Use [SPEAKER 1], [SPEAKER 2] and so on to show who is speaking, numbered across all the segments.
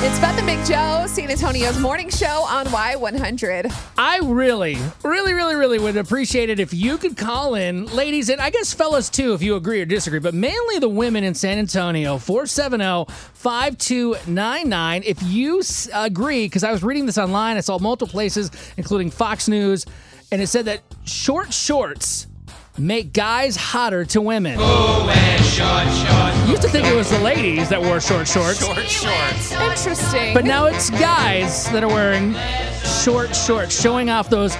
[SPEAKER 1] It's Beth and Big Joe, San Antonio's morning show on Y100.
[SPEAKER 2] I really, really, really, really would appreciate it if you could call in, ladies, and I guess fellas too, if you agree or disagree, but mainly the women in San Antonio, 470 5299. If you s- agree, because I was reading this online, I saw multiple places, including Fox News, and it said that short shorts make guys hotter to women. Used to think it was the ladies that wore short shorts.
[SPEAKER 1] Interesting.
[SPEAKER 2] But now it's guys that are wearing short shorts, showing off those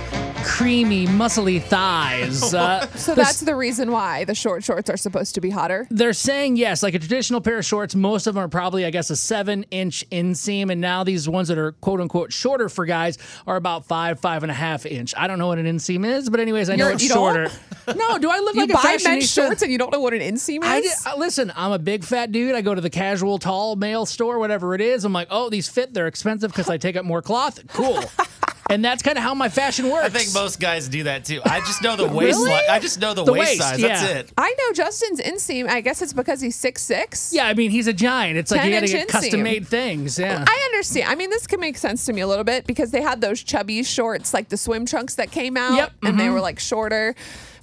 [SPEAKER 2] creamy, muscly thighs. Uh,
[SPEAKER 1] so that's the reason why the short shorts are supposed to be hotter.
[SPEAKER 2] they're saying yes, like a traditional pair of shorts, most of them are probably, I guess, a seven inch inseam. And now these ones that are quote unquote shorter for guys are about five, five and a half inch. I don't know what an inseam is, but anyways, I know
[SPEAKER 1] You're-
[SPEAKER 2] it's
[SPEAKER 1] you don't?
[SPEAKER 2] shorter. No, do I look
[SPEAKER 1] You
[SPEAKER 2] like a
[SPEAKER 1] buy men's
[SPEAKER 2] fashionista?
[SPEAKER 1] shorts and you don't know what an inseam
[SPEAKER 2] I
[SPEAKER 1] is?
[SPEAKER 2] did- I- listen, I'm a big fat dude. I go to the casual tall male store, whatever it is. I'm like, oh, these fit. They're expensive because I take up more cloth. Cool. and that's kind of how my fashion works.
[SPEAKER 3] I think most guys do that too. I just know the waist.
[SPEAKER 2] Really?
[SPEAKER 3] Li- I just know the,
[SPEAKER 2] The
[SPEAKER 3] waist,
[SPEAKER 2] waist,
[SPEAKER 3] size.
[SPEAKER 2] yeah.
[SPEAKER 3] That's it.
[SPEAKER 1] I know Justin's inseam. I guess it's because he's six six.
[SPEAKER 2] Yeah, I mean, he's a giant. It's like
[SPEAKER 1] 10
[SPEAKER 2] you got to
[SPEAKER 1] inch
[SPEAKER 2] get
[SPEAKER 1] inseam.
[SPEAKER 2] custom made things. Yeah.
[SPEAKER 1] I understand. I mean, this can make sense to me a little bit because they had those chubby shorts, like the swim trunks that came out,
[SPEAKER 2] Yep, mm-hmm.
[SPEAKER 1] and they were like shorter.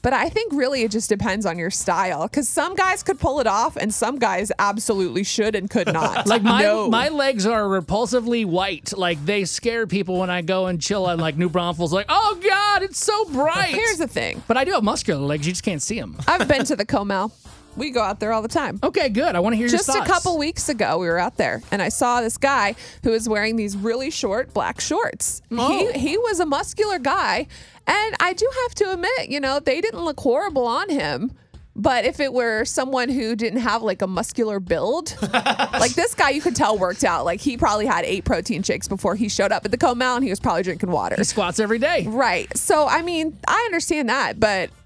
[SPEAKER 1] But I think really it just depends on your style because some guys could pull it off and some guys absolutely should and could not.
[SPEAKER 2] like my
[SPEAKER 1] no.
[SPEAKER 2] my legs are repulsively white. Like they scare people when I go and chill on like New Braunfels. Like, oh god, it's so bright.
[SPEAKER 1] Here's the thing
[SPEAKER 2] but I do have muscular legs. You just can't see them.
[SPEAKER 1] I've been to the Comel, we go out there all the time.
[SPEAKER 2] Okay, good. I want to hear
[SPEAKER 1] Just
[SPEAKER 2] Oh, your
[SPEAKER 1] a
[SPEAKER 2] thoughts.
[SPEAKER 1] couple weeks ago, we were out there, and I saw this guy who was wearing these really short black shorts.
[SPEAKER 2] Oh.
[SPEAKER 1] He he was a muscular guy, and I do have to admit, you know, they didn't look horrible on him. But if it were someone who didn't have like a muscular build, like this guy, you could tell worked out. Like he probably had eight protein shakes before he showed up at the Cone Mountain. He was probably drinking water.
[SPEAKER 2] He squats every day.
[SPEAKER 1] Right. So I mean, I understand that, but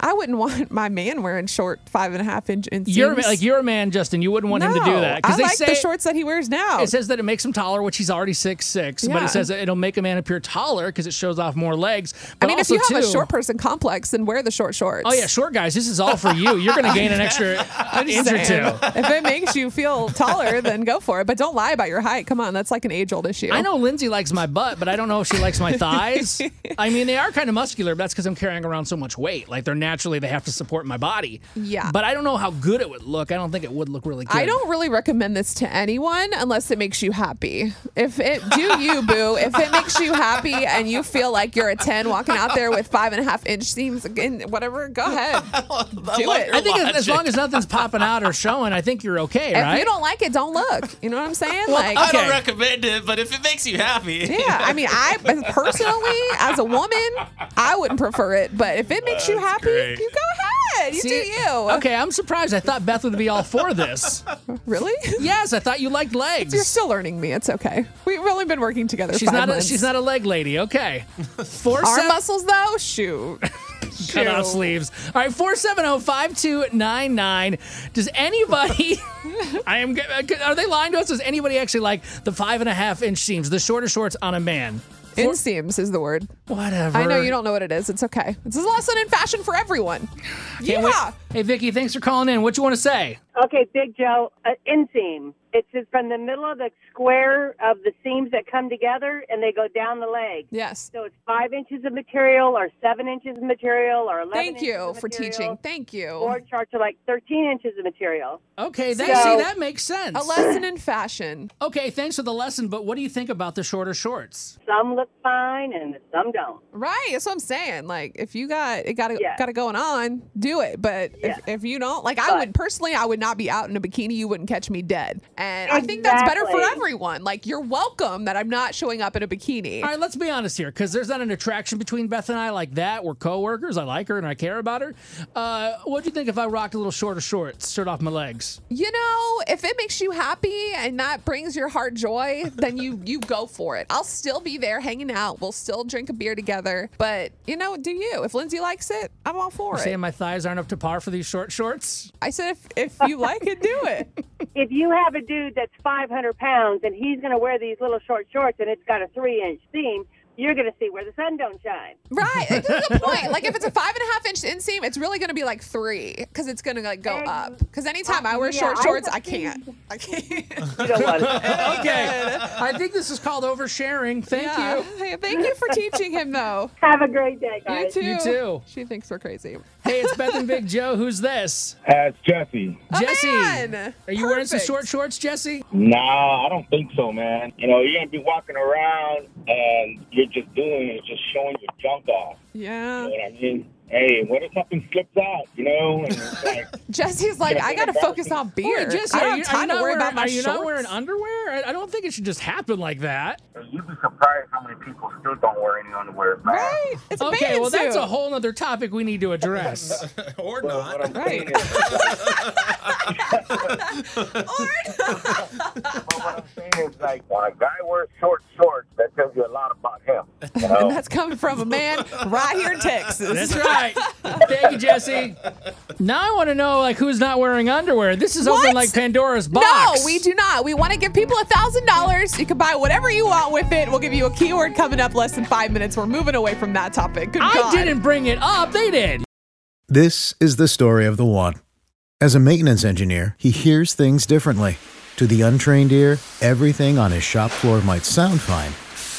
[SPEAKER 1] I wouldn't want my man wearing short five and a half inch inseams.
[SPEAKER 2] You're a ma- like you're a man, Justin. You wouldn't want him to do
[SPEAKER 1] No,
[SPEAKER 2] that
[SPEAKER 1] I
[SPEAKER 2] they
[SPEAKER 1] like
[SPEAKER 2] say
[SPEAKER 1] the shorts that he wears now.
[SPEAKER 2] it says that it makes him taller, which he's already six six. But
[SPEAKER 1] Yeah.
[SPEAKER 2] it says that it'll make a man appear taller because it shows off more legs.
[SPEAKER 1] I
[SPEAKER 2] But
[SPEAKER 1] mean, if
[SPEAKER 2] also
[SPEAKER 1] you have
[SPEAKER 2] too,
[SPEAKER 1] a short person complex, then wear the short shorts.
[SPEAKER 2] Oh yeah, short guys, this is all for you. You're gonna gain an extra an inch or two.
[SPEAKER 1] if it makes you feel taller, then go for it. But don't lie about your height. Come on, that's like an age old issue.
[SPEAKER 2] I know Lindsay likes my butt, but I don't know if she likes my thighs. I mean, they are kind of muscular, but that's because I'm carrying around so much weight. Like they're naturally they have to support my body.
[SPEAKER 1] Yeah.
[SPEAKER 2] But I don't know how good it would look. I don't think it would look really good.
[SPEAKER 1] I don't really recommend this to anyone unless it makes you happy. If it do you boo, if it makes you happy and you feel like you're a ten walking out there with five and a half inch seams and whatever, go ahead. Do it.
[SPEAKER 3] love your
[SPEAKER 2] I think as, as
[SPEAKER 3] logic.
[SPEAKER 2] long as nothing's popping out or showing, I think you're okay,
[SPEAKER 1] If
[SPEAKER 2] right?
[SPEAKER 1] you don't like it, don't look. You know what I'm saying? like
[SPEAKER 3] I
[SPEAKER 2] Okay.
[SPEAKER 3] don't recommend it, but if it makes you happy,
[SPEAKER 1] Yeah, I mean, I personally, as a woman, I wouldn't prefer it. But if it makes you happy,
[SPEAKER 3] great.
[SPEAKER 1] you go ahead. You do
[SPEAKER 2] See?
[SPEAKER 1] you.
[SPEAKER 2] Okay, I'm surprised. I thought Beth would be all for this.
[SPEAKER 1] Really?
[SPEAKER 2] Yes, I thought you liked legs.
[SPEAKER 1] You're still learning me. It's okay. We've only been working together.
[SPEAKER 2] she's
[SPEAKER 1] five
[SPEAKER 2] not a,
[SPEAKER 1] months.
[SPEAKER 2] she's not a leg lady. Okay.
[SPEAKER 1] Arm
[SPEAKER 2] Four seven-
[SPEAKER 1] muscles though. Shoot.
[SPEAKER 2] cut off
[SPEAKER 1] Shoot.
[SPEAKER 2] sleeves. All right, oh, 470-5299. Does anybody I am uh, are they lying to us? Does anybody actually like the five and a half inch seams, the shorter shorts on a man? Four-
[SPEAKER 1] Inseams is the word.
[SPEAKER 2] Whatever.
[SPEAKER 1] I know you don't know what it is. It's okay. It's a lesson in fashion for everyone.
[SPEAKER 2] Can't
[SPEAKER 1] Yeah.
[SPEAKER 2] wait- Hey Vicky, thanks for calling in. What you want to say?
[SPEAKER 4] Okay, Big Joe, uh, inseam. It's just from the middle of the square of the seams that come together and they go down the leg.
[SPEAKER 1] Yes.
[SPEAKER 4] So it's five inches of material or seven inches of material or 11
[SPEAKER 1] Thank
[SPEAKER 4] inches
[SPEAKER 1] you
[SPEAKER 4] of
[SPEAKER 1] for
[SPEAKER 4] material.
[SPEAKER 1] teaching. Thank you.
[SPEAKER 4] Board charts are like 13 inches of material.
[SPEAKER 2] Okay, that,
[SPEAKER 4] So-
[SPEAKER 2] see that makes sense.
[SPEAKER 1] A lesson in fashion.
[SPEAKER 2] okay, thanks for the lesson, but what do you think about the shorter shorts?
[SPEAKER 4] Some look fine and some don't.
[SPEAKER 1] Right, that's what I'm saying. Like, if you got it, got it,
[SPEAKER 4] Yeah.
[SPEAKER 1] got it going on, do it. But
[SPEAKER 4] Yeah.
[SPEAKER 1] if, if you don't, like, I
[SPEAKER 4] But-
[SPEAKER 1] would personally, I would not be out in a bikini. You wouldn't catch me dead, and I think that's better for
[SPEAKER 4] Exactly.
[SPEAKER 1] everyone. Like, you're welcome that I'm not showing up in a bikini.
[SPEAKER 2] All right, let's be honest here, because there's not an attraction between Beth and I like that. We're coworkers. I like her and I care about her. Uh, what'd you think if I rocked a little shorter shorts, shirt off my legs?
[SPEAKER 1] You know, if it makes you happy and that brings your heart joy, then you you go for it. I'll still be there hanging out. We'll still drink a beer together. But you know, do you? If Lindsay likes it, I'm all for
[SPEAKER 2] Saying
[SPEAKER 1] it.
[SPEAKER 2] my thighs aren't up to par for these short shorts.
[SPEAKER 1] I said, if if you like it, do it.
[SPEAKER 4] If you have a dude that's 500 pounds and he's going to wear these little short shorts and it's got a three inch seam, you're going to see where the sun don't shine.
[SPEAKER 1] Right. That's the point. Like if it's a five and a half inch inseam, it's really gonna be like three because it's gonna like go
[SPEAKER 4] Egg.
[SPEAKER 1] up. Because anytime I wear
[SPEAKER 4] Yeah,
[SPEAKER 1] short
[SPEAKER 4] I
[SPEAKER 1] shorts,
[SPEAKER 4] have
[SPEAKER 1] I can't. I can't.
[SPEAKER 4] You don't want it.
[SPEAKER 2] Okay. I think this is called oversharing. Thank
[SPEAKER 1] Yeah.
[SPEAKER 2] you.
[SPEAKER 1] Hey, thank you for teaching him though.
[SPEAKER 4] Have a great day, guys.
[SPEAKER 1] You too.
[SPEAKER 2] You too.
[SPEAKER 1] She thinks we're crazy.
[SPEAKER 2] Hey, it's Beth and Big Joe. Who's this?
[SPEAKER 5] That's Jesse.
[SPEAKER 2] Jesse.
[SPEAKER 1] Oh, man.
[SPEAKER 2] Are you wearing some
[SPEAKER 1] Perfect.
[SPEAKER 2] short shorts, Jesse?
[SPEAKER 5] Nah, I don't think so, man. You know, you're gonna be walking around and you're just doing is just showing your junk off.
[SPEAKER 1] Yeah.
[SPEAKER 5] You know what I mean? Hey, what if something slips out? You know, and it's like,
[SPEAKER 1] Jesse's like, I gotta focus on beer.
[SPEAKER 2] Wait, Jesse,
[SPEAKER 1] I
[SPEAKER 2] are
[SPEAKER 1] don't have
[SPEAKER 2] you, are you
[SPEAKER 1] time
[SPEAKER 2] not
[SPEAKER 1] to worry
[SPEAKER 2] wearing,
[SPEAKER 1] about my
[SPEAKER 2] are you
[SPEAKER 1] shorts.
[SPEAKER 2] not wearing underwear? I, I don't think it should just happen like that.
[SPEAKER 6] Hey, you'd be surprised how many people still don't wear any underwear, man.
[SPEAKER 1] Right? It's a
[SPEAKER 2] okay,
[SPEAKER 1] man
[SPEAKER 2] well, that's
[SPEAKER 1] suit.
[SPEAKER 2] a whole other topic we need to address.
[SPEAKER 3] or
[SPEAKER 6] But what
[SPEAKER 3] not.
[SPEAKER 6] I'm saying
[SPEAKER 1] Right.
[SPEAKER 6] is, but what I'm saying is, like, when a guy wears short shorts, that tells you a lot about him. You know?
[SPEAKER 1] And that's coming from a man right here in Texas.
[SPEAKER 2] That's right. Thank you, Jesse. Now I want to know like who's not wearing underwear. This is open
[SPEAKER 1] What?
[SPEAKER 2] like Pandora's box.
[SPEAKER 1] No, we do not. We want to give people a thousand dollars. You can buy whatever you want with it. We'll give you a keyword coming up less than five minutes. We're moving away from that topic. Good
[SPEAKER 2] I
[SPEAKER 1] God.
[SPEAKER 2] didn't bring it up. They did.
[SPEAKER 7] This is the story of the one. As a maintenance engineer, he hears things differently. To the untrained ear, everything on his shop floor might sound fine,